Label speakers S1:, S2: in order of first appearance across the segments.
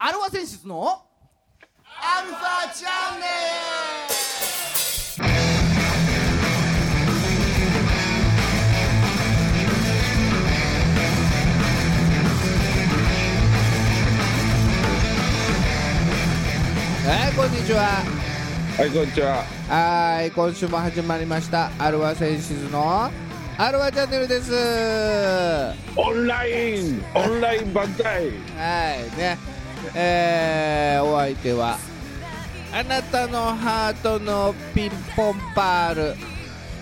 S1: 和選出のアルファチャンネルはいこんにちは
S2: はい、こんにちは。
S1: はい今週も始まりましたアルファ選出のアルファチャンネルです
S2: オンライン、オンライン万歳。
S1: はいねえーお相手はあなたのハートのピンポンパールう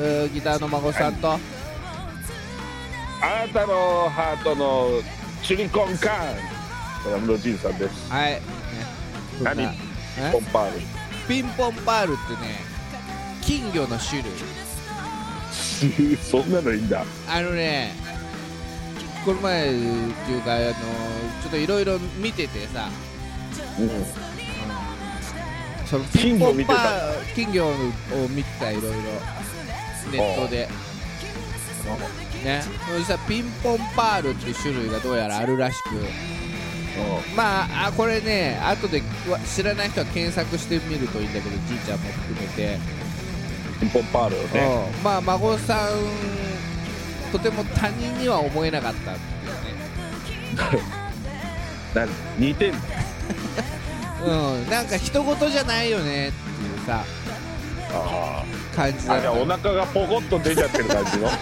S1: ーギターの孫さんとは
S2: あなたのハートのチュリコンカーン。ドラムのじいさんです。
S1: い、ね、そんな
S2: 何
S1: え
S2: コンパール。
S1: ピンポンパールってね金魚の種類
S2: そんなのいいんだ。
S1: あのねこの前っていうかあのちょっといろいろ見ててさ
S2: うん。
S1: そのピンポンパ
S2: 金
S1: ール金魚を見てたいろいろネットでねそしたらピンポンパールっていう種類がどうやらあるらしくまああこれね後でわ知らない人は検索してみるといいんだけどじいちゃんも含めて、
S2: ピンポンパールをね。
S1: うんまあ孫さんとても他人には思えなかったっていうね
S2: な似てんの
S1: うん、なんか人事じゃないよねっていうさ
S2: あ
S1: 感じ
S2: ー
S1: だ
S2: あ。
S1: っ
S2: じゃ
S1: た
S2: あお腹がポコッと出ちゃってる感じのあ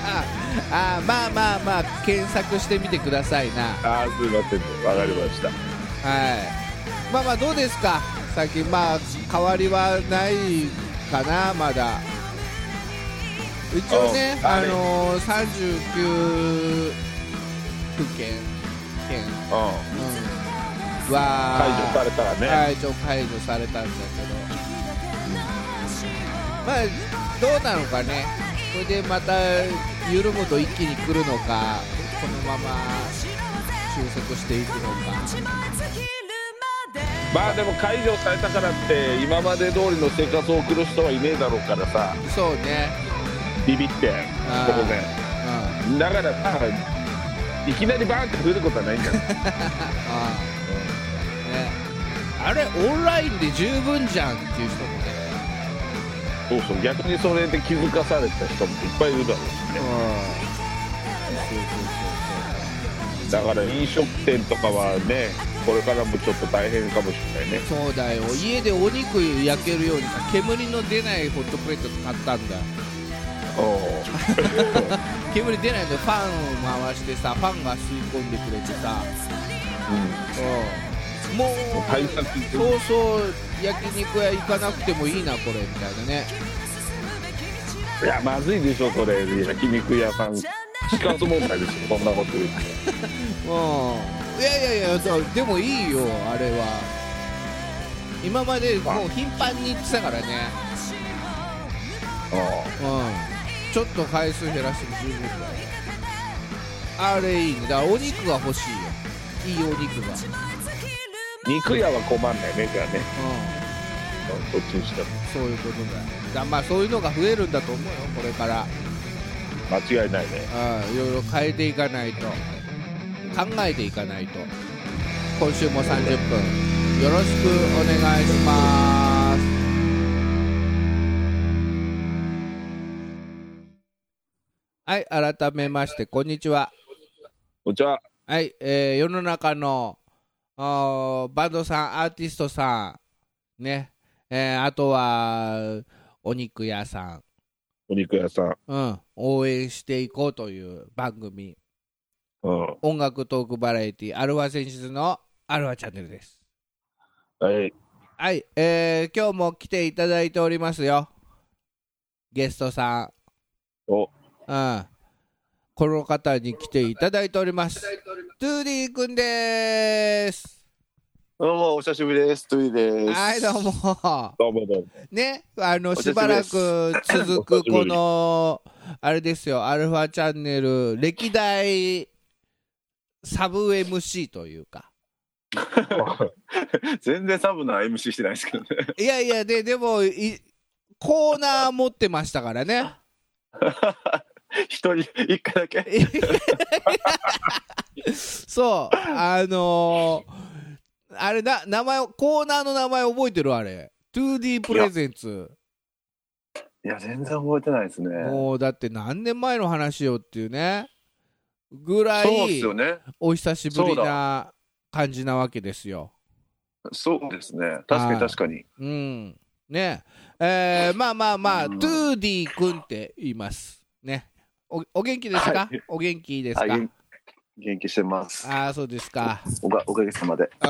S1: ああまあまあまあ検索してみてくださいな
S2: あーすいませんわかりました
S1: はいまあまあどうですか最近まあ変わりはないかなまだ一応ね
S2: お
S1: あ
S2: あれ
S1: のー、39府県県、
S2: うん
S1: うん、は
S2: 解除されたらね、
S1: はい、一応解除されたんだけど、まあ、どうなのかね、これでまた緩むと一気に来るのか、このまま収束していくのか、
S2: まあでも解除されたからって今まで通りの生活を送る人はいねえだろうからさ
S1: そうね、
S2: ビビって
S1: あー
S2: 当然
S1: うん、あ
S2: だからさいきなりバーンって増えることはな いんだよ
S1: あ、ね、あれ、オンラインで十分じゃんっていう人もね、
S2: そうそう逆にそれで気づかされた人もいっぱいいるだろうし
S1: うん
S2: ね、
S1: そうそう
S2: だから飲食店とかはねこれからもちょっと大変かもしれないね
S1: そうそう、そうだよ、家でお肉焼けるようにさ、煙の出ないホットプレート買ったんだ。
S2: おう
S1: 煙出ないのファンを回してさファンが吸い込んでくれてさ、うん、もう
S2: 対策っ て
S1: そうそう焼肉屋行かなくてもいいなこれみたいなね
S2: いやまずいでしょそれ焼肉屋さん死活問題でしょそんなこと言って
S1: うんいやいやいやだでもいいよあれは今までもう頻繁に行ってたからね、
S2: お
S1: うん、ちょっと回数減らしても十分だよあれいいねだからお肉が欲しいよいいお肉が、うん、
S2: う肉屋は困んないねじゃあねそっちにしても
S1: そういうことだよだからまあそういうのが増えるんだと思うよこれから
S2: 間違いないね
S1: うんいろいろ変えていかないと考えていかないと今週も30分よろしくお願いしますはい改めましてこんにちは
S2: こんにちは
S1: はい、えー世の中のあーバンドさんアーティストさんね、えーあとはお肉屋さん
S2: お肉屋さん
S1: うん、応援していこうという番組
S2: うん
S1: 音楽トークバラエティアルファ選出のアルファチャンネルです
S2: はい
S1: はい、えー今日も来ていただいておりますよゲストさ
S2: お
S1: ん、うん、この方に来ていただいておりますトゥーディーくんです
S3: どうも、お久しぶりです。トゥイです。
S1: はいどうも
S2: どうもどうも
S1: ねあの
S3: お
S1: し
S3: 久しぶ
S1: ば
S3: り
S1: ら
S3: です
S1: く続くこのあれですよアルファチャンネル歴代サブ MC というか
S3: 全然サブな MC してないですけどね。
S1: いやいやででもいコーナー持ってましたから ね
S3: 一人、一回だけ。
S1: そうあのーあれな名前をコーナーの名前覚えてるあれ 2D プレゼンツ
S3: いや全然覚えてないですね
S1: もうだって何年前の話よっていうねぐら
S3: そうで
S1: い
S3: すよね
S1: お久しぶ
S3: そ
S1: り
S3: う
S1: な感じなわけですよ。
S3: そうですね確か
S1: はい
S3: に確かに
S1: うん、ねえーまあまあまあ、
S3: うん
S1: トゥーディー君って言います。ね、おお元気ですか、
S3: はい
S1: お元気です
S3: はい
S1: か
S3: 元元気してます
S1: ああ、そうですか。
S3: おかおかげさまで
S1: うん、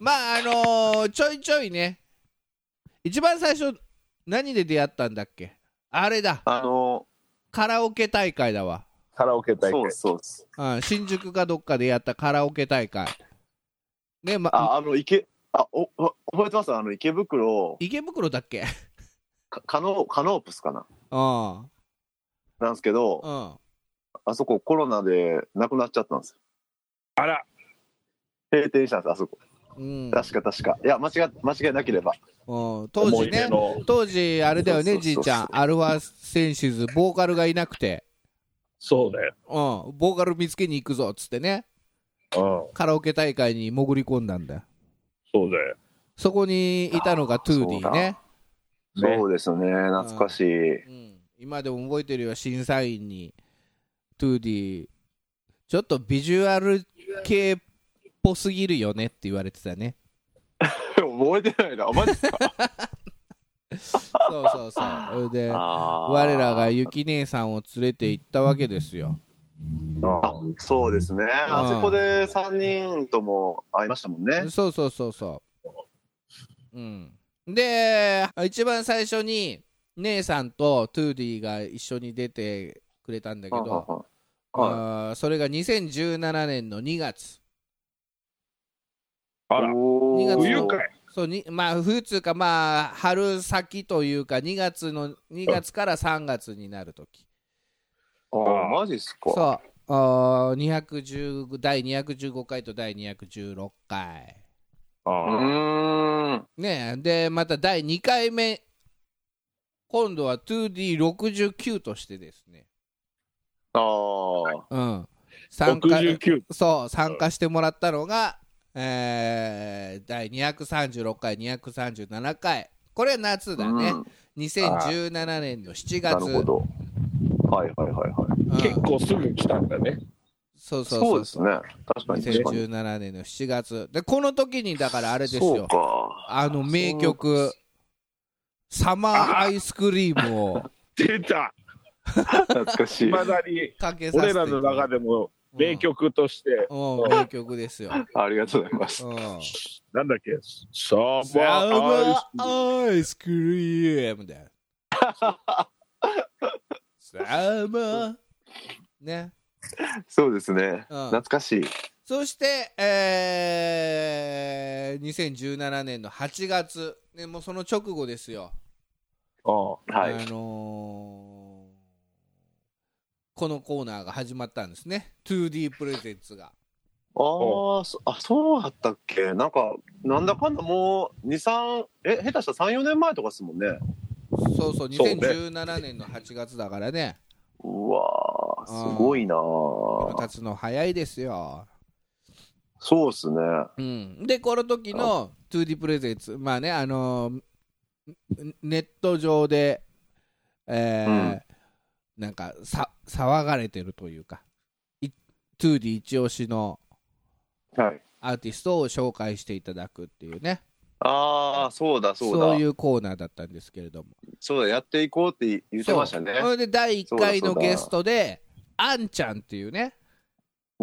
S1: まあ、あのーちょいちょいね、一番最初、何で出会ったんだっけあれだ、
S3: あの
S1: カラオケ大会だわ。
S2: カラオケ大
S3: そう
S2: 会
S3: ですそうです
S1: うん、新宿かどっかでやったカラオケ大会。ねま、
S3: ああの池あおお覚えてますあの池袋
S1: 池袋だっけ
S3: かカノカノープスかな
S1: うん、うん。
S3: なんですけどあそこコロナでなくなっちゃったんですよ
S2: あら
S3: 閉店したんですあそこ
S1: うん
S3: 確か確かいや間違間違いなければ
S1: うん、当時ね
S2: 思い出の
S1: 当時あれだよね
S3: そうそう
S1: じい
S3: そうそう
S1: ちゃんアルファセンシズボーカルがいなくて、
S2: そうだよ
S1: うん、ボーカル見つけに行くぞっつってね
S2: うん
S1: カラオケ大会に潜り込んだんだ
S2: そうだよ
S1: そこにいたのがトゥーディーね、
S2: ね
S3: そうですよね懐かしい
S1: うん、今でも覚えてるよ審査員にトゥーディーちょっとビジュアル系っぽすぎるよねって言われてたね
S3: 覚えてないな マジですか
S1: そうそうそうそれで我
S3: 我
S1: らがゆき姉さんを連れて行ったわけですよ
S2: うん
S3: そうですねあそこで3人とも会いましたもんね
S1: そうそうそうそう。うん、で一番最初に姉さんとトゥーディが一緒に出てくれたんだけど
S3: はいはいはい
S1: あーそれが2017年の2月
S2: あら
S3: おー
S1: 2月の
S2: 冬かい
S1: そうにまあ冬っつうかまあ春先というか2月の2月から3月になる時
S3: あーマジっすか
S1: そうあー215第215回と第216回
S3: う
S2: あ
S3: ーん
S1: ねえでまた第2回目今度は 2D69 としてですね、
S3: あー
S1: うん、
S2: あ
S1: 参加
S2: 69
S1: そう参加してもらったのが、えー、第236回237回これは夏だね、
S3: うん
S1: 2017年の7
S3: な
S1: 月
S3: るほどはいはいはいはい
S1: うん
S2: 結構すぐ来たんだね
S1: そうそう
S3: そう
S1: そう
S3: ですね確かに確かに
S1: 2017年の7月でこの時にだからあれです
S3: そう
S1: よ
S3: か
S1: あの名曲「サマーアイスクリーム」を
S2: 出た
S3: 懐 かし
S2: い
S3: い
S2: まだに
S1: かけさせて
S2: 俺らの中でも名曲として
S1: うん、名曲ですよ。
S3: ありがとうございます
S1: うん、
S2: なんだっけサ
S1: サ
S2: マー
S1: マーアイスクリームだよ。サマー。ね。
S3: そうですね
S1: うん
S3: 懐かしい
S1: そして、えー、2017年の8月、ね、もうその直後ですよ。
S2: あ
S3: はい
S1: あのーこのコーナーが始まったんですね。2D プレゼンツが。
S3: あーそあそうだったっけなんかなんだかんだもう23え下手したら34年前とかですもんね
S1: そうそう、
S2: そうね
S1: 2017年の8月だからね。
S3: うわーすごいなー
S1: 経つの早いですよ。
S3: そうっすね
S1: うん、でこの時の 2D プレゼンツまあねあのーんネット上で、えーなんかさ騒がれてるというかい 2D 一押しの
S3: はい
S1: アーティストを紹介していただくっていうね
S3: ああそうだそうだそう
S1: いうコーナーだったんですけれども
S3: だやっていこうって言ってましたね
S1: そうそれで第1回のゲストであんちゃんっていうね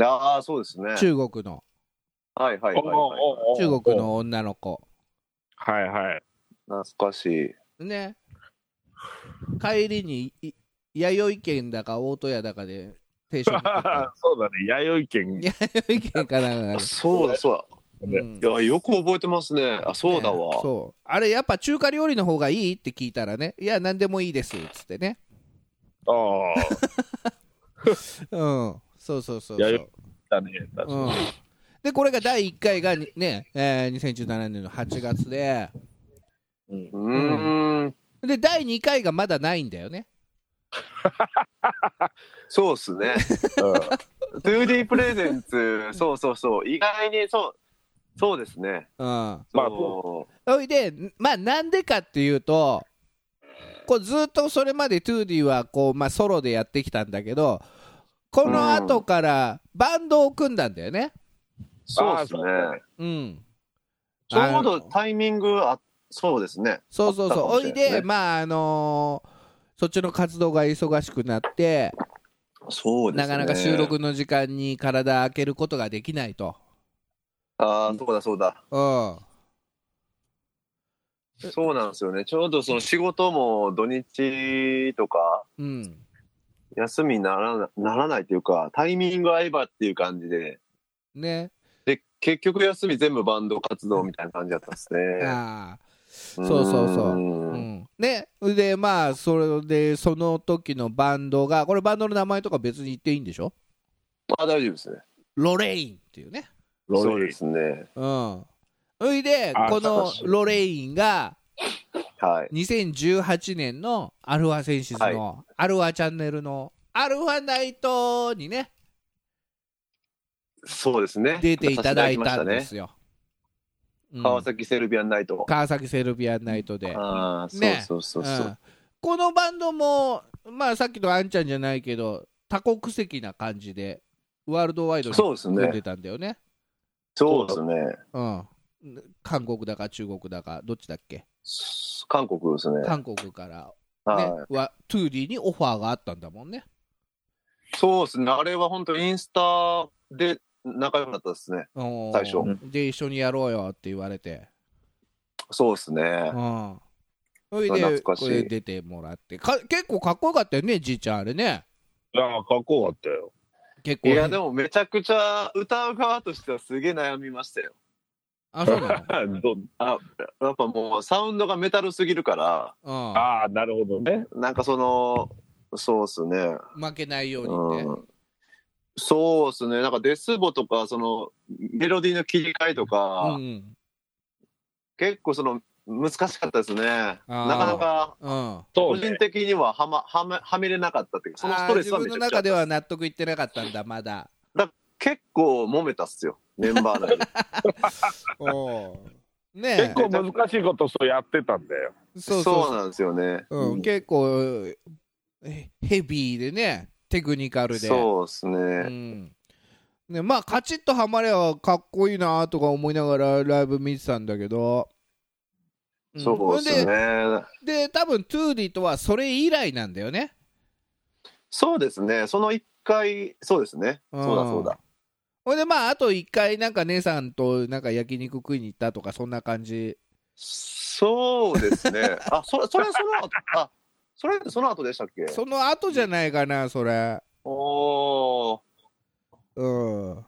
S3: ああそうですね
S1: 中国の
S3: はいはい
S2: お
S3: はい、
S2: うおう
S3: はい、
S2: おう
S1: 中国の女の子
S2: はいはい
S3: 懐かしい
S1: ね帰りにい弥生県だか大戸屋だかで定食食っ
S2: そうだね弥生県
S1: て弥生 県かなんか、
S3: そうだそう
S1: う
S2: ね
S1: ん
S3: だいやよく覚えてますねあそうだわ、
S1: ねそうあれやっぱ中華料理の方がいいって聞いたらねいや何でもいいですっつってね
S2: ああ
S1: うんそうそうそうそう
S2: 弥生 だね確かに
S1: うん、でこれが第1回がにね、えー2017年の8月で
S2: うん
S3: うーん
S1: で第2回がまだないんだよね
S3: そうっす ね 2D プレゼンツそうそうそう意外にそうそうですね。
S1: うん
S2: まあ
S3: そ
S1: それでまあなんでかっていうとこうずっとそれまでトゥーディはこう、まあ、ソロでやってきたんだけどこの後からバンドを組んだんだよね。
S3: うそうですね。
S1: うん、
S3: ちょうどタイミングあ、そうですね。
S1: そうそうそう、
S3: あ
S1: お
S3: ったかもしれ
S1: い
S3: ない
S1: で、
S3: ね
S1: まああのーそっちの活動が忙しくなって、
S3: そうで
S1: な
S3: すね。
S1: かなか収。録の時間に体開けることができないと。
S3: ああ、そうだそうだ。
S1: うん
S3: そうなんですよね。ちょうどその仕事も土日とか
S1: うん、
S3: 休みにならなならないというか、タイミング合えばっていう感じで、
S1: ね、
S3: で、結局休み全部バンド活動みたいな感じだったんですね。
S1: あーそうそうそう
S3: う。
S1: うんん、ねでまあそれでその時のバンドがこれバンドの名前とか別に言っていいんでしょ
S3: まあ大丈夫ですね。
S1: ロレインっていうね
S2: ロ
S3: そう
S2: レイ
S3: ですね。
S1: うんそれで
S2: あ
S1: この
S2: そうそう
S1: ロレインが
S3: はい。
S1: 2018年のアルファセンシズのアルファチャンネルのアルファナイトにね
S3: そうですね。
S1: 出ていただいたんで
S3: ね。
S1: すよ、うん
S3: 川崎セルビアンナイト。
S1: 川崎セルビアンナイトで
S3: ああ、そう
S1: ね
S3: そうそう
S1: う
S3: そ
S1: んこのバンドも、まあ、さっきのあんちゃんじゃないけど多国籍な感じでワールドワイド
S3: う。
S1: に
S3: そうです
S1: 組んで
S3: ね。
S1: たんだよね
S3: そうですね。
S1: うん、韓国だか中国だかどっちだっけ
S3: 韓国ですね。
S1: 韓国から、ね
S3: は
S1: はトゥーリーにオファーがあったんだもんね
S3: い。そうですね。あれは本当インスタで仲良くなったですね。
S1: うん
S3: 最初
S1: で一緒にやろうよって言われて
S3: そうですね
S1: う。んそれ
S3: 懐
S1: で
S3: かしい
S1: これ出てもらってか結構かっこよかったよねじいちゃんあれね
S2: いやーかっこよかったよ
S1: 結構
S3: いや、でもめちゃくちゃ歌う側としてはすげえ悩みましたよ。
S1: あそうな
S2: ど
S3: あ、やっぱもうサウンドがメタルすぎるから、
S1: の、
S2: ああなるほどね
S3: なんかその、そうですね。
S1: うん、負けないようにって、
S3: うんそうですね。なんかデスボとか、そのメロディーの切り替えと
S1: うん
S3: か、
S1: うん
S3: 結構その難しかったですね。な
S1: あー
S3: かなか
S1: うん、
S2: そ
S3: 個
S2: うね
S3: 人的にははまはめはめれなかったっていうか、そのストレス
S1: あー
S3: は
S1: 自
S3: め
S1: 分
S3: ち
S1: の
S3: ゃくちゃ
S1: 中では納得いってなかったんだまだ
S3: 結構揉めたっすよ。メンバー内で
S1: おうねえ
S2: 結構難しいことそうやってたんだよ
S1: そ
S3: そう
S1: う そうそう
S3: なんですよね。
S1: うん、結構えヘビーでねテクニカルで
S3: そうですね。
S1: うんね、まあカチッとはまればかっこいいなとか思いながらライブ見てたんだけど、ん
S3: そうです
S1: ほん
S3: ね。
S1: でで多分トゥーディとはそれ以来なんだよね
S3: そうですね。その一回、そうですね。
S1: うん
S3: そうだそうだ。
S1: ほんでまああと一回なんか姉さんとなんか焼肉食いに行ったとかそんな感じ
S3: そうで すね。あ、それ、それその後、あ、それその後でしたっけ
S1: その後じゃないかなそれ
S3: おー。
S1: うん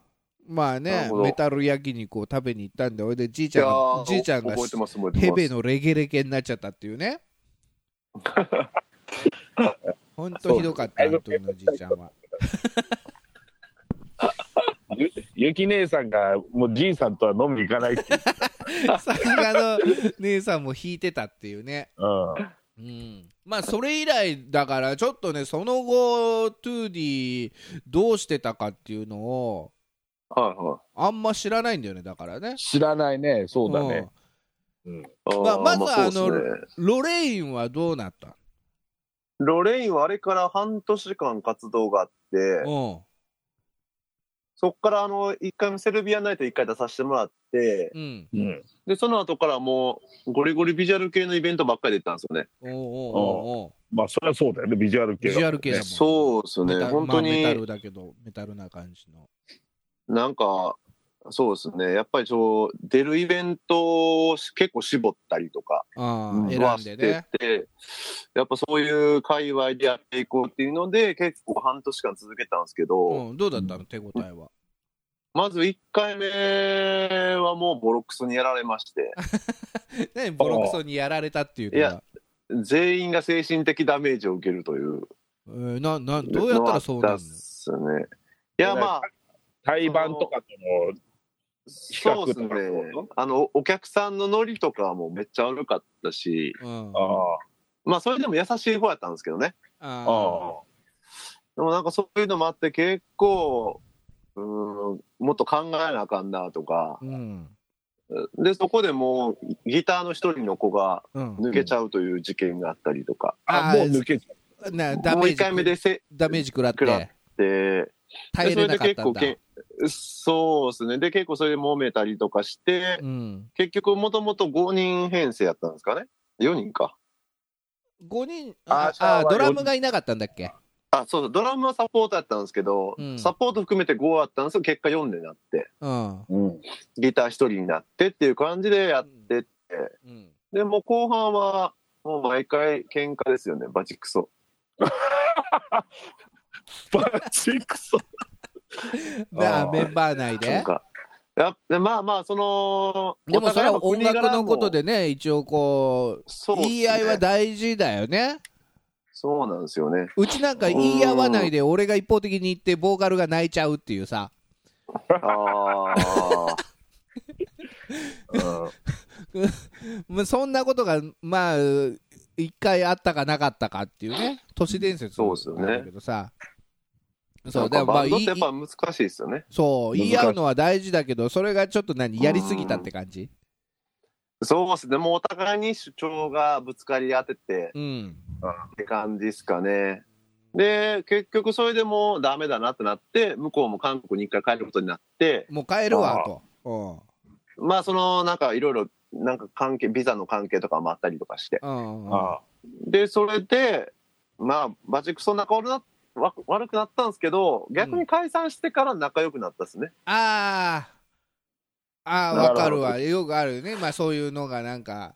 S1: まあ
S3: な
S1: ね
S3: るほど
S1: メタル焼肉を食べに行ったんでほいでじい
S3: い
S1: ちゃ
S3: や
S1: んが
S3: ー
S1: じいちゃんが
S3: 覚えてます、覚えてます。
S1: ヘベのレゲレゲになっちゃったっていう ね。本当ひどかった、あの時のじいちゃんは。
S2: ゆゆき姉さんがもうじいさんとは飲み行かないって言って、
S1: さすがの姉さんも引いてたっていうね。
S2: うん、
S1: うん、まあそれ以来だからちょっとねその後トゥーディどうしてたかっていうのを
S3: はいは
S1: あんま知らないんだよねだからね。
S2: 知らないねそうだね、
S3: い。
S1: まあ
S3: ー
S1: まずは
S3: そうっすね
S1: うんロレインはどうなった
S3: ロレインはあれから半年間活動があって、
S1: の
S3: そっからあの、一回もセルビアナイト一回出させてもらって、
S1: うんうん
S2: うん、
S3: で、その後からもう、ゴリゴリビジュアル系のイベントばっかり出たんですよね。
S1: おうおうおうおう
S2: まあそりゃそうだよねビジュアル系
S1: ビ
S2: だ
S1: ジュアル系だもん
S3: そうです
S1: メ
S3: ね。
S1: タ
S3: 本
S1: まあ
S3: 当
S1: メタ
S3: に
S1: ル、だけどメタルな感じの。
S3: なんか、そうですね。やっぱりちょ、出るイベントを結構絞ったりとか
S1: あ
S2: うん
S1: あ選
S3: は
S1: ん
S3: し
S1: で
S3: て
S1: ね。
S3: て、やっぱそういう界隈でやっていこうっていうので、結構半年間続けたんですけど、
S1: うん、どうだったの手応えは。
S3: まず1回目はもうボロクソにやられまして、
S1: ね、ボロクソにやられたっていうの
S3: い
S1: は
S3: や、全員が精神的ダメージを受けるという。
S1: えーななどうやったらそうな
S3: の
S1: る
S3: っすね。いや、まあ、
S2: 対バンとかとも
S3: そうですね
S2: 比較とか。
S3: あの、お客さんのノリとかはもうめっちゃ悪かったし、
S1: の、うん、
S2: あ
S3: まあ、それでも優しい方やったんですけどね。
S2: あ
S1: あ
S2: あ
S3: でもなんかそういうのもあって結構、うーん、もっと考えなあかんなとか
S1: ー、うん
S3: で、そこでもう、ギターの一人の子が
S1: うん
S3: 抜けちゃうという事件があったりとか、
S2: あ
S1: あ
S2: もう抜けちゃ
S1: なダ
S3: もう
S1: メー
S3: 一回目
S1: ジ
S3: でせ
S1: ダメージ食らっ
S3: 食らってて、
S1: 耐えれなかったんだ
S3: でそれで結構けそうですね。で、結構それで揉めたりとかして、
S1: うん、
S3: 結局もともと5人編成やったんですかね。4人か。
S1: 5人
S3: あ
S1: あ
S3: シャワ
S1: あ
S3: ーは
S1: ドラムがいなかったんだっけ
S3: あ、そうそう。ドラムはサポートやったんですけど、
S1: うん
S3: サポート含めて5あったんですけど、結果4でなって、
S1: うん、
S2: う。うん。
S3: ギター1人になってっていう感じでやって、
S1: うん、
S3: で、もう後半は、もう毎回喧嘩ですよね、バチクソ。
S2: バチクソ。
S1: であ
S2: あー
S1: メンバー内
S3: な
S1: で
S3: んか、やでまあまあ、その、
S1: でも
S3: お
S1: それ
S3: 互い
S1: は音楽のことで
S3: 国柄も、
S1: ね一応こう
S3: そうっすね
S1: 言い合いは大事だよね
S3: そうなんで すよね。
S1: うちなんか言い合わないで俺が一方的に言ってボーカルが泣いちゃうっていうさ
S3: あ あ。うん
S1: まあそんなことがまあ一回あったかなかったかっていうね都市伝説
S3: そうっすよね
S1: なんだけどさ
S3: そ
S1: そうう
S3: だ
S1: だ
S3: バ
S1: まあ
S3: ン
S1: い
S3: ドってやっ
S1: い
S3: ぱ難しいですよね。
S1: そう
S2: 難し
S1: 言
S2: い
S1: い合うのは大事だけどそれがちょっと何やりすぎたって感じ
S3: そうですね。もうお互いに主張がぶつかり合ってて
S1: うん
S3: って感じですかね。で、結局それでもうダメだなってなって、向こうも韓国に一回帰ることになって、
S1: もう帰るわと
S3: まあそのなんかいろいろなんか関係、ビザの関係とかもあったりとかして。
S1: うんうん
S2: あ
S3: で、それで、まあバチクソ仲悪なわ悪くなったんですけど、逆に解散してから仲良くなったですね。
S1: あーあー
S3: なるほ
S1: わ
S3: ど
S1: かるわよくあるよねまあそういうのがなんか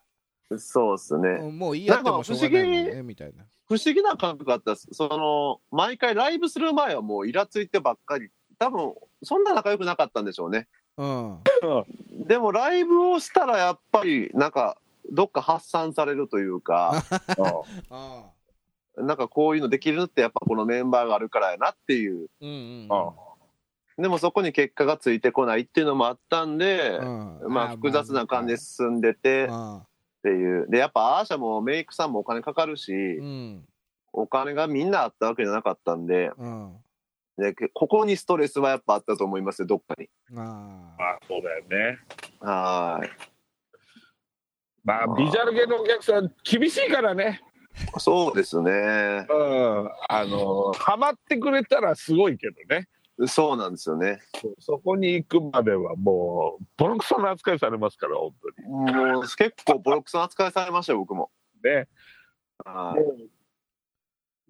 S3: そうですね。
S1: もう言い合ってもしょうがないもん
S3: なんか不
S1: ねみたいな
S3: 不思議な感覚があったっすその毎回ライブする前はもうイラついてばっかり多分そんな仲良くなかったんでしょうね
S1: うん
S3: でもライブをしたらやっぱりなんかどっか発散されるというか
S2: あ。
S1: あ
S3: なんかこういうのできるのってやっぱこのメンバーがあるからやなっていう
S1: うんうん
S2: あ
S3: でもそこに結果がついてこないっていうのもあったんで、
S1: うん
S3: まあ複雑な感じで進んでてっ
S1: あ
S3: ていうでやっぱアーシャもメイクさんもお金かかるし、
S1: ーうん
S3: お金がみんなあったわけじゃなかったんで
S1: うん
S3: でここにストレスはやっぱあったと思いますよどっかに。
S1: あ
S2: まあ、そうだよね。
S3: はーい。
S2: まあ、ビジュアル系のお客さん、厳しいからね。
S3: そうですね。
S2: うん。あの、ハマってくれたらすごいけどね。
S3: そうなんですよね。
S2: そうそこに行くまではもう、ボロクソな扱いされますから、本当に。
S3: もう結構ボロクソな扱いされましたよ、僕も。
S2: ね。
S3: はい。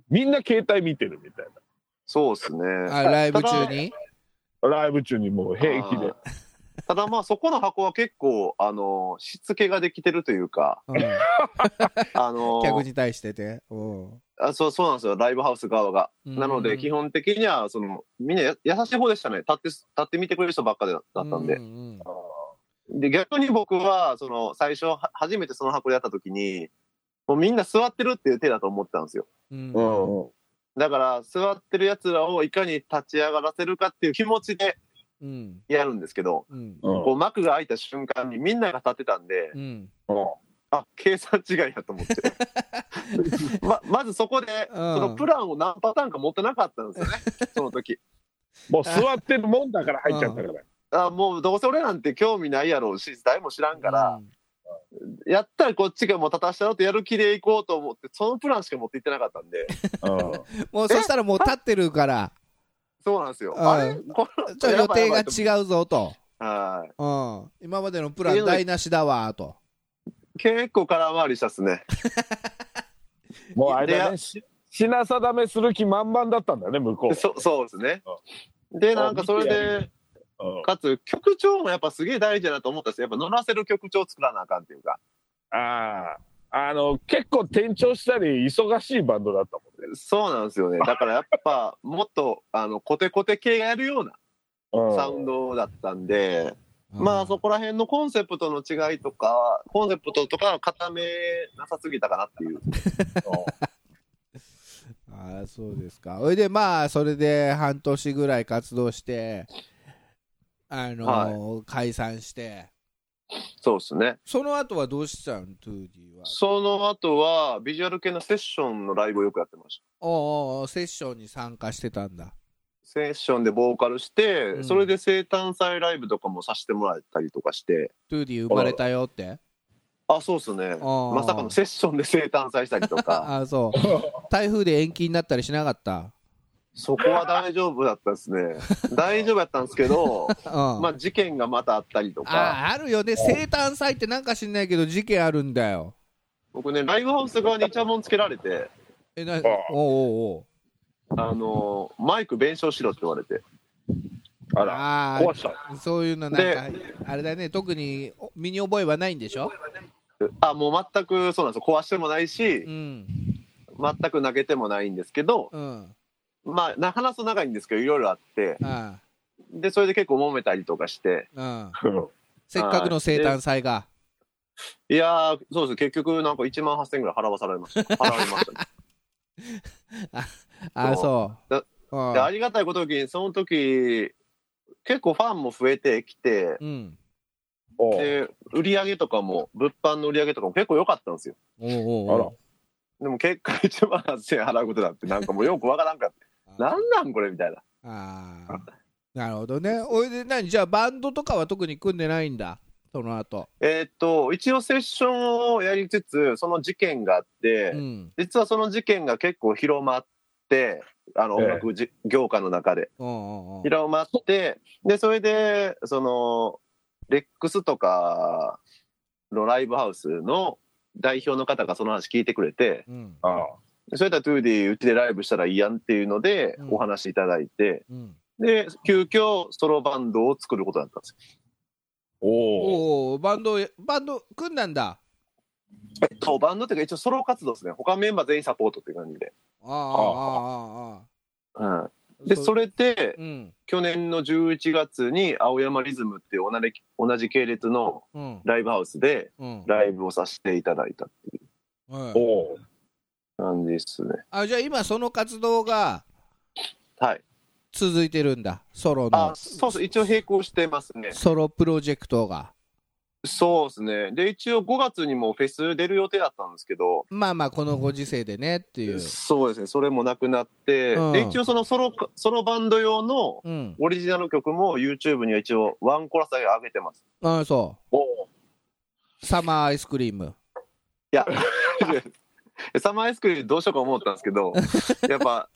S2: みんな携帯見てるみたい
S3: そうですね。
S1: ーあライブ中に
S2: な。ライブ中にもう平気で。
S3: あー。ただまあそこの箱は結構、あの、しつけができてるというか、
S1: うん
S3: あの、
S1: 客に対しててうん
S3: あそうそうなんですよ、ライブハウス側が。なの
S1: う
S3: で
S1: ん
S3: 基本的には、その、みんなや優しい方でしたね。立って、立って見てくれる人ばっかりだったんで
S1: う。ん
S3: で逆に僕はその最初は初めてその箱でやった時にもうみんな座ってるっていう手だと思ってたんですよ
S1: うん
S2: う
S1: うん
S2: んうん。
S3: だから座ってるやつらをいかに立ち上がらせるかっていう気持ちで
S1: うん
S3: やるんですけど、
S1: うん
S2: うん
S3: こう幕が開いた瞬間にみんなが立ってたんで、
S1: うん
S3: あ計算違いや と思ってままずそこで
S1: うん
S3: そのプランを何パターンか持ってなかったんですよね その時
S2: もう座ってるもんだから入っちゃったから。
S3: あもうどうせ俺なんて興味ないやろうし誰も知らんから、やったらこっちがもう立たしたろってやる気で行こうと思ってそのプランしか持って行ってなかったんで
S2: う
S1: もうそしたらもう立ってるから
S3: そうなんですよ
S1: うん
S3: あれこれ
S1: ちょ予定が
S3: う
S1: 違うぞと
S3: は
S1: うん今までのプラン台無しだわと
S3: い結構空回りしたっすね
S2: んもうあれだ
S3: で
S2: ね、し品定めする気満々だったんだね、向こう。
S3: そそうですねでなんかそれで
S2: うん
S3: かつ曲調もやっぱすげえ大事だなと思ったんですよやっぱ乗らせる曲調作らなあかんっていうか
S2: ああ、あの、結構転調したり、忙しいバンドだった
S3: そうなんですよねだからやっぱもっとあのコテコテ系がやるような
S2: もんね。
S3: サウンドだったんで、
S1: うん
S3: まあそこら辺のコンセプトの違いとかコンセプトとかは固めなさすぎたかなっ ていう
S1: ああそうですかそれでまあそれで半年ぐらい活動してあのー解散して
S3: そうですね
S1: その後はどうしたんトゥーディは
S3: その後はビジュアル系のセッションのライブをよくやってました
S1: おうおうおうセッションに参加してたんだ
S3: セッションでボーカルして、
S1: うん
S3: それで生誕祭ライブとかもさせてもらったりとかして
S1: トゥーディ生まれたよって
S3: あそうっすね
S1: ー
S3: まさかのセッションで生誕祭したりと か
S1: ああそう台風で延期になったりしなかった
S3: そこは大丈夫だったですね大丈夫やったんですけ ど
S1: うん
S3: まあ事件がまたあったりとか
S1: ああるよね生誕祭ってなんか知んないけど事件あるんだよ
S3: 僕ねライブハウス側にイチャモンつけられて
S1: えなおう
S2: あ
S1: おうおう
S3: あのーマイク弁償しろって言われて
S2: あら、
S1: あ
S2: 壊した。
S1: あそういうのなんかあれだね特にお身に覚えはないんでしょ
S3: あもう全くそうなんですよ壊してもないし
S1: うん
S3: 全く投げてもないんですけど
S1: うん
S3: まあな話すと長いんですけどいろいろあって
S1: あ
S3: でそれで結構揉めたりとかして
S1: あうん
S2: うん
S1: せっかくの生誕祭が
S3: いやーそうです結局なんか1万8000円ぐらい払わされました払われました、ね、
S1: ああそう
S3: だ
S1: うん
S3: でありがたいことにその時結構ファンも増えてきて
S1: うん
S2: おう
S3: で売り上げとかも物販の売り上げとかも結構良かったんですよ
S1: おうおう
S2: あ
S1: お
S2: ら
S1: う
S3: でも結果1万8000円払うことだってなんかもうよくわからんかったなんなんこれみたいな
S1: ああ なるほどねおいで何じゃあバンドとかは特に組んでないんだその後
S3: えーっと一応セッションをやりつつその事件があって、
S1: うん
S3: 実はその事件が結構広まってあの
S2: ええ
S3: 音楽じ、業界の中で
S1: うんうんうん
S3: 広まってでそれでそのレックスとかのライブハウスの代表の方がその話聞いてくれて
S1: うん
S2: ああ
S3: それだったらトゥーディーうちでライブしたらいいやんっていうので
S1: うん
S3: お話いただいて、
S1: うん
S3: で急遽ソロバンドを作ることだったんです
S2: おお
S1: おおバンドバンド組んだんだ
S3: よ。えっとバンドっていうか一応ソロ活動ですね他メンバー全員サポートっていう感じで。
S1: あああああ
S3: うん
S1: あ
S3: でそ
S1: れ
S3: れで
S1: うん
S3: 去年の11月に青山リズムっていう同じ同じ系列の
S1: うん
S3: ライブハウスで
S1: うん
S3: ライブをさせていただいたってい
S1: うん
S2: おお
S3: う感じですね。
S1: あじゃあ今その活動が
S3: はい。
S1: 続いてるんだソロ
S3: あ
S1: の、
S3: そうそう、一応並行してますね。
S1: ソロプロジェクトが
S3: そうですね。で、一応5月にもフェス出る予定だったんですけど、
S1: まあまあこのご時世でねっていう
S3: そうですね、それもなくなって、
S1: うん
S3: で、一応そのソロ、ソロバンド用の
S1: うん
S3: オリジナル曲も YouTube には一応ワンコラスだけ上げてます。
S1: ああそ
S2: おお
S1: うサマーアイスクリー ム
S3: いや、 サマーアイスクリームどうしようか思ったんですけど、やっぱ、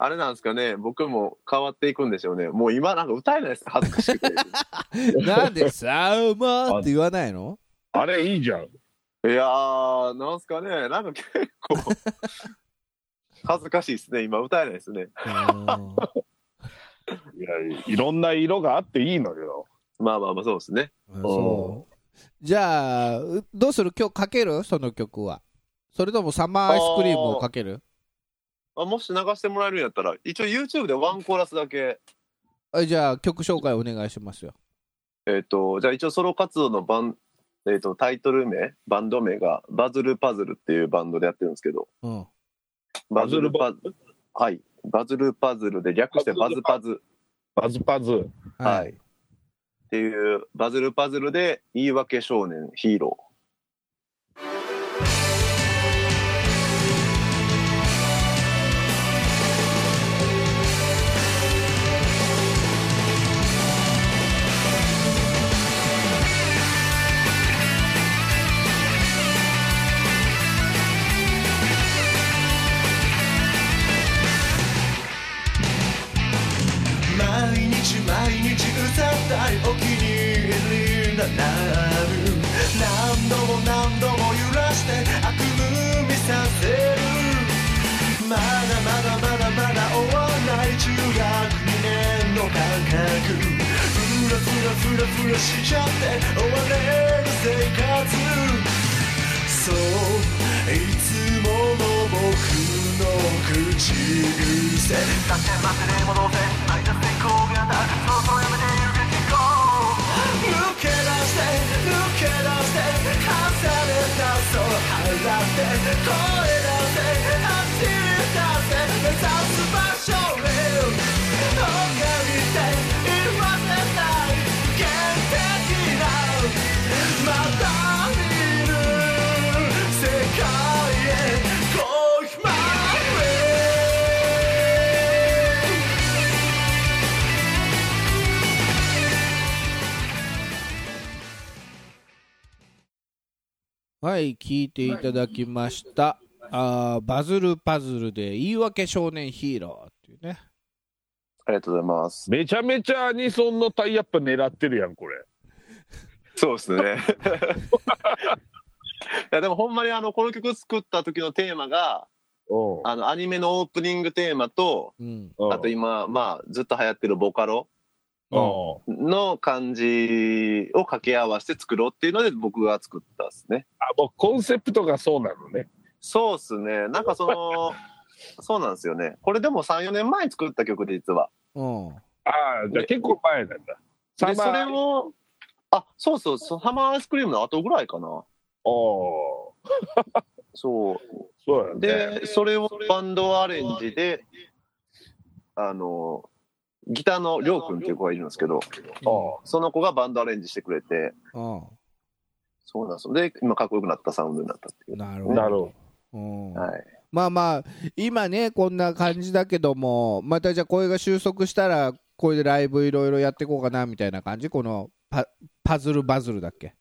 S3: あれなんですかね、僕も変わっていくんでしょうね。もう今なんか歌えないです、恥ずかしくて。
S1: なんでサマーって言わないの
S2: あれいいじゃん
S3: いやー、なんすかね、なんか結構、恥ずかしいですね、今歌えないですね。
S1: うん
S2: いやいろんな色があっていいのよ
S3: まあまあまあ、そうですね。
S1: うんそうじゃあうどうする今日かけるその曲はそれともサマーアイスクリームをかける
S3: あもし流してもらえるんやったら、一応 YouTube でワンコーラスだけ、
S1: あじゃあ曲紹介お願いしますよ
S3: えっ、と、じゃあ一応ソロ活動のバン、えっとタイトル名、バンド名が、バズルパズルっていうバンドでやってるんですけど、
S1: うん
S3: バズルパズル、はい、バズルパズルで略してバズパズ、
S2: パズパズ
S3: はい、っていう、バズルパズルで、言い訳少年ヒーロー。
S4: 毎日毎日歌ったいお気に入りななる何度も何度も揺らして悪夢見させるまだまだまだまだ終わらない中学2年の感覚ふらふらふらふらしちゃって終われる生活そういつもの僕の口癖だって忘れ物で挨拶でこうがだそろそろやめてゆけてこう抜け出して抜け出して重ねた空払って声出して走り出して目指す場所へ拝みて言わせない限定的な「また見ぬ世界へ Go my way」
S1: はい聞いていただきましたあーバズるパズルで言い訳少年ヒーローっていうね
S3: ありがとうございます。
S2: めちゃめちゃアニソンのタイアップ狙ってるやんこれ
S3: そうですね。 いやでもほんまにあのこの曲作った時のテーマが
S2: お
S3: あのアニメのオープニングテーマと
S1: うん
S3: あと今まあずっと流行ってるボカロ
S2: お
S3: の感じを掛け合わせて作ろうっていうので僕が作ったですね。
S2: あもうコンセプトがそうなのね
S3: そうっすね。なんかその そうなんですよね。これでも3、4年前に作った曲で実は。
S1: うん
S2: ああじゃあ結構前なんだ
S3: で
S2: サマー
S3: それをあそうそうそうハマーアイスクリームの後ぐらいかな。
S2: おお
S3: そう
S2: そうやね
S3: で、それをバンドアレンジで、あの、ギターのりょうくんっていう子がいるんですけど、
S2: お
S3: その子がバンドアレンジしてくれて、
S1: う
S3: そうなんですよ。で、今かっこよくなったサウンドになったってい
S1: んなるほ
S2: う
S1: ど
S2: なるほ
S1: うん
S3: う。はい。
S1: まあまあ今ねこんな感じだけどもまたじゃあこれが収束したらこれでライブいろいろやっていこうかなみたいな感じこのパパズルバズルだっけ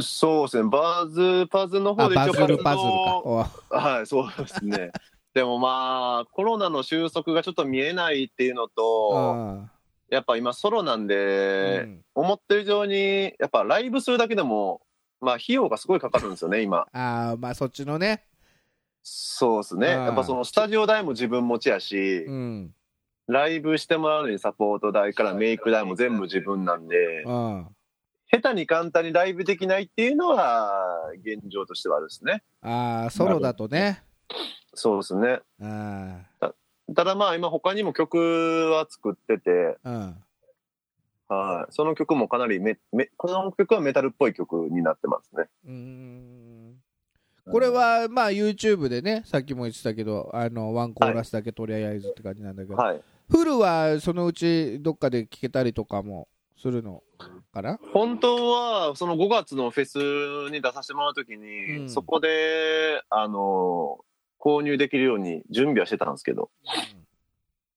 S3: そうですね、バズ、パズの
S1: あ
S3: 方で
S1: バズ
S3: 活
S1: ル
S3: 動
S1: パズルかおう
S3: はい、そうですね。 でもまあ、コロナの収束がちょっと見えないっていうのと、
S1: あ
S3: やっぱ今ソロなん
S1: ー
S3: で、
S1: うん
S3: 思ってる以上に、やっぱライブするだけでも、まあ費用がすごいかかるんですよね、今。
S1: あーまあそっちのね
S3: そうですね。
S1: ああ
S3: やっぱそのスタジオ代も自分持ちやし、
S1: うん
S3: ライブしてもらうのにサポート代からメイク代も全部自分なんで、
S1: うん
S3: 下手に簡単にライブできないっていうのは現状としてはあるですね。
S1: ああソロだとね
S3: そうですね。
S1: あ
S3: ただまあ今他にも曲は作ってて、
S1: ーうん
S3: はい。その曲もかなりめ、め、この曲はメタルっぽい曲になってますね。
S1: うーんこれはまあ YouTube でねさっきも言ってたけどあのワンコーラスだけとりあえずって感じなんだけど、
S3: はい。
S1: フルはそのうちどっかで聴けたりとかもするのかな
S3: 本当はその5月のフェスに出させてもらうときに、
S1: うん
S3: そこで、あの、購入できるように準備はしてたんですけど、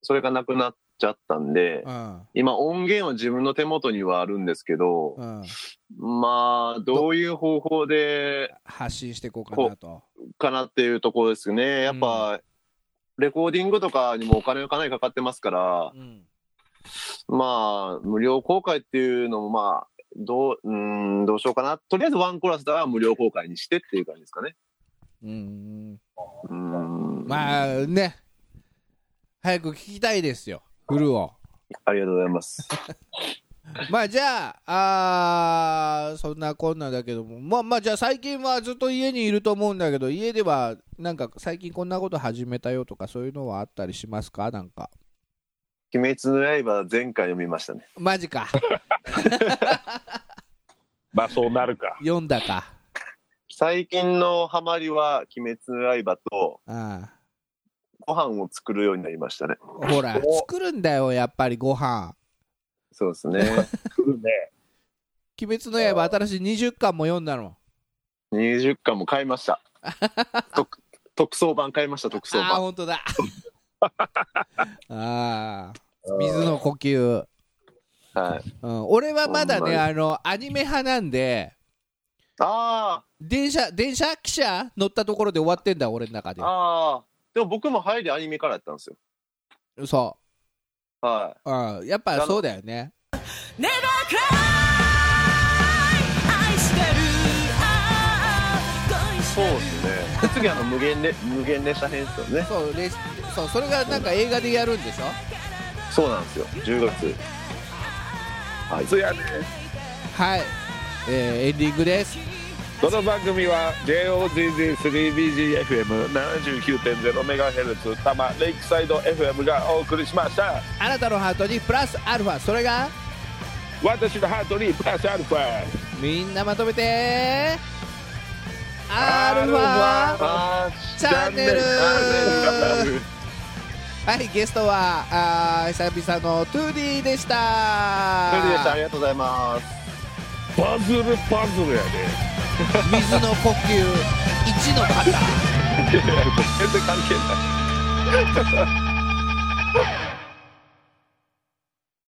S3: それがなくなっちゃったんで、
S1: うん
S3: 今音源は自分の手元にはあるんですけど、
S1: うん、
S3: まあ、どういう方法で
S1: 発信していこうかなと。
S3: かなっていうところですね。やっぱ、レコーディングとかにもお金がかなりかかってますから、
S1: うん
S3: まあ、無料公開っていうのも、まあ、どう、うーん、どうしようかな。とりあえずワンコラスだは無料公開にしてっていう感じですかね。
S1: うん、
S3: うーん。あ。
S1: まあね、早く聞きたいですよ、フルを。
S3: ありがとうございます。
S1: まあじゃあ、あーそんなこんなだけども、まあまあじゃあ最近はずっと家にいると思うんだけど、家ではなんか最近こんなこと始めたよとかそういうのはあったりしますかなんか。
S3: 鬼滅の刃前回読みましたね。
S1: マジか、
S2: まあそうなるか
S1: 読んだか。
S3: 最近のハマりは、鬼滅の刃と、
S1: あ
S3: ご飯を作るようになりましたね。
S1: あほら、
S2: お
S1: 作るんだよ、やっぱりご飯。
S3: そうです ね。
S2: 来るね
S1: 鬼滅の刃新しい20巻も読んだの。
S3: 20巻も買いました。特特装版買いました、特装
S1: ああー、
S3: 版。
S1: 本 当だ。ああ、水の呼吸。
S3: はい。
S1: うん、俺はまだ
S3: ほんま
S1: ね、
S3: に
S1: あの、アニメ派なんで、
S3: あ
S1: 電車、電車、汽車乗ったところで終わってんだ、俺の中
S3: あ、ああ。でも僕も入りアニメからやったんですよ。
S1: で。そ
S3: は
S1: う。うん、やっ
S3: あ
S1: ぱ
S3: の
S1: そうだよね。
S4: Never cry 愛してるああ恋
S3: い。
S4: して
S3: そう
S4: る
S3: ですね。で次あの無限で無限列車編ですよね。
S1: そう、レそう、それがなんか映画でやるんでしょ
S3: そうなんですよ。10月。はい。
S2: そうやね
S1: はい。えーエンディングです。
S2: この番組は JOZZ3BGFM79.0MHz 多摩レイクサイド FM がお送りしました
S1: あなたのハートにプラスアルファ、それが、
S2: 私のハートにプラスアルファ
S1: みんなまとめて、アルファ
S2: アルファ
S3: あ
S1: チャンネルはい、ゲストはあー久々のトゥーディーでした。
S3: あ。それでした。ありがとうございます。
S2: パズルパズルやね
S1: 水の呼吸1の方。
S2: 全然関係ない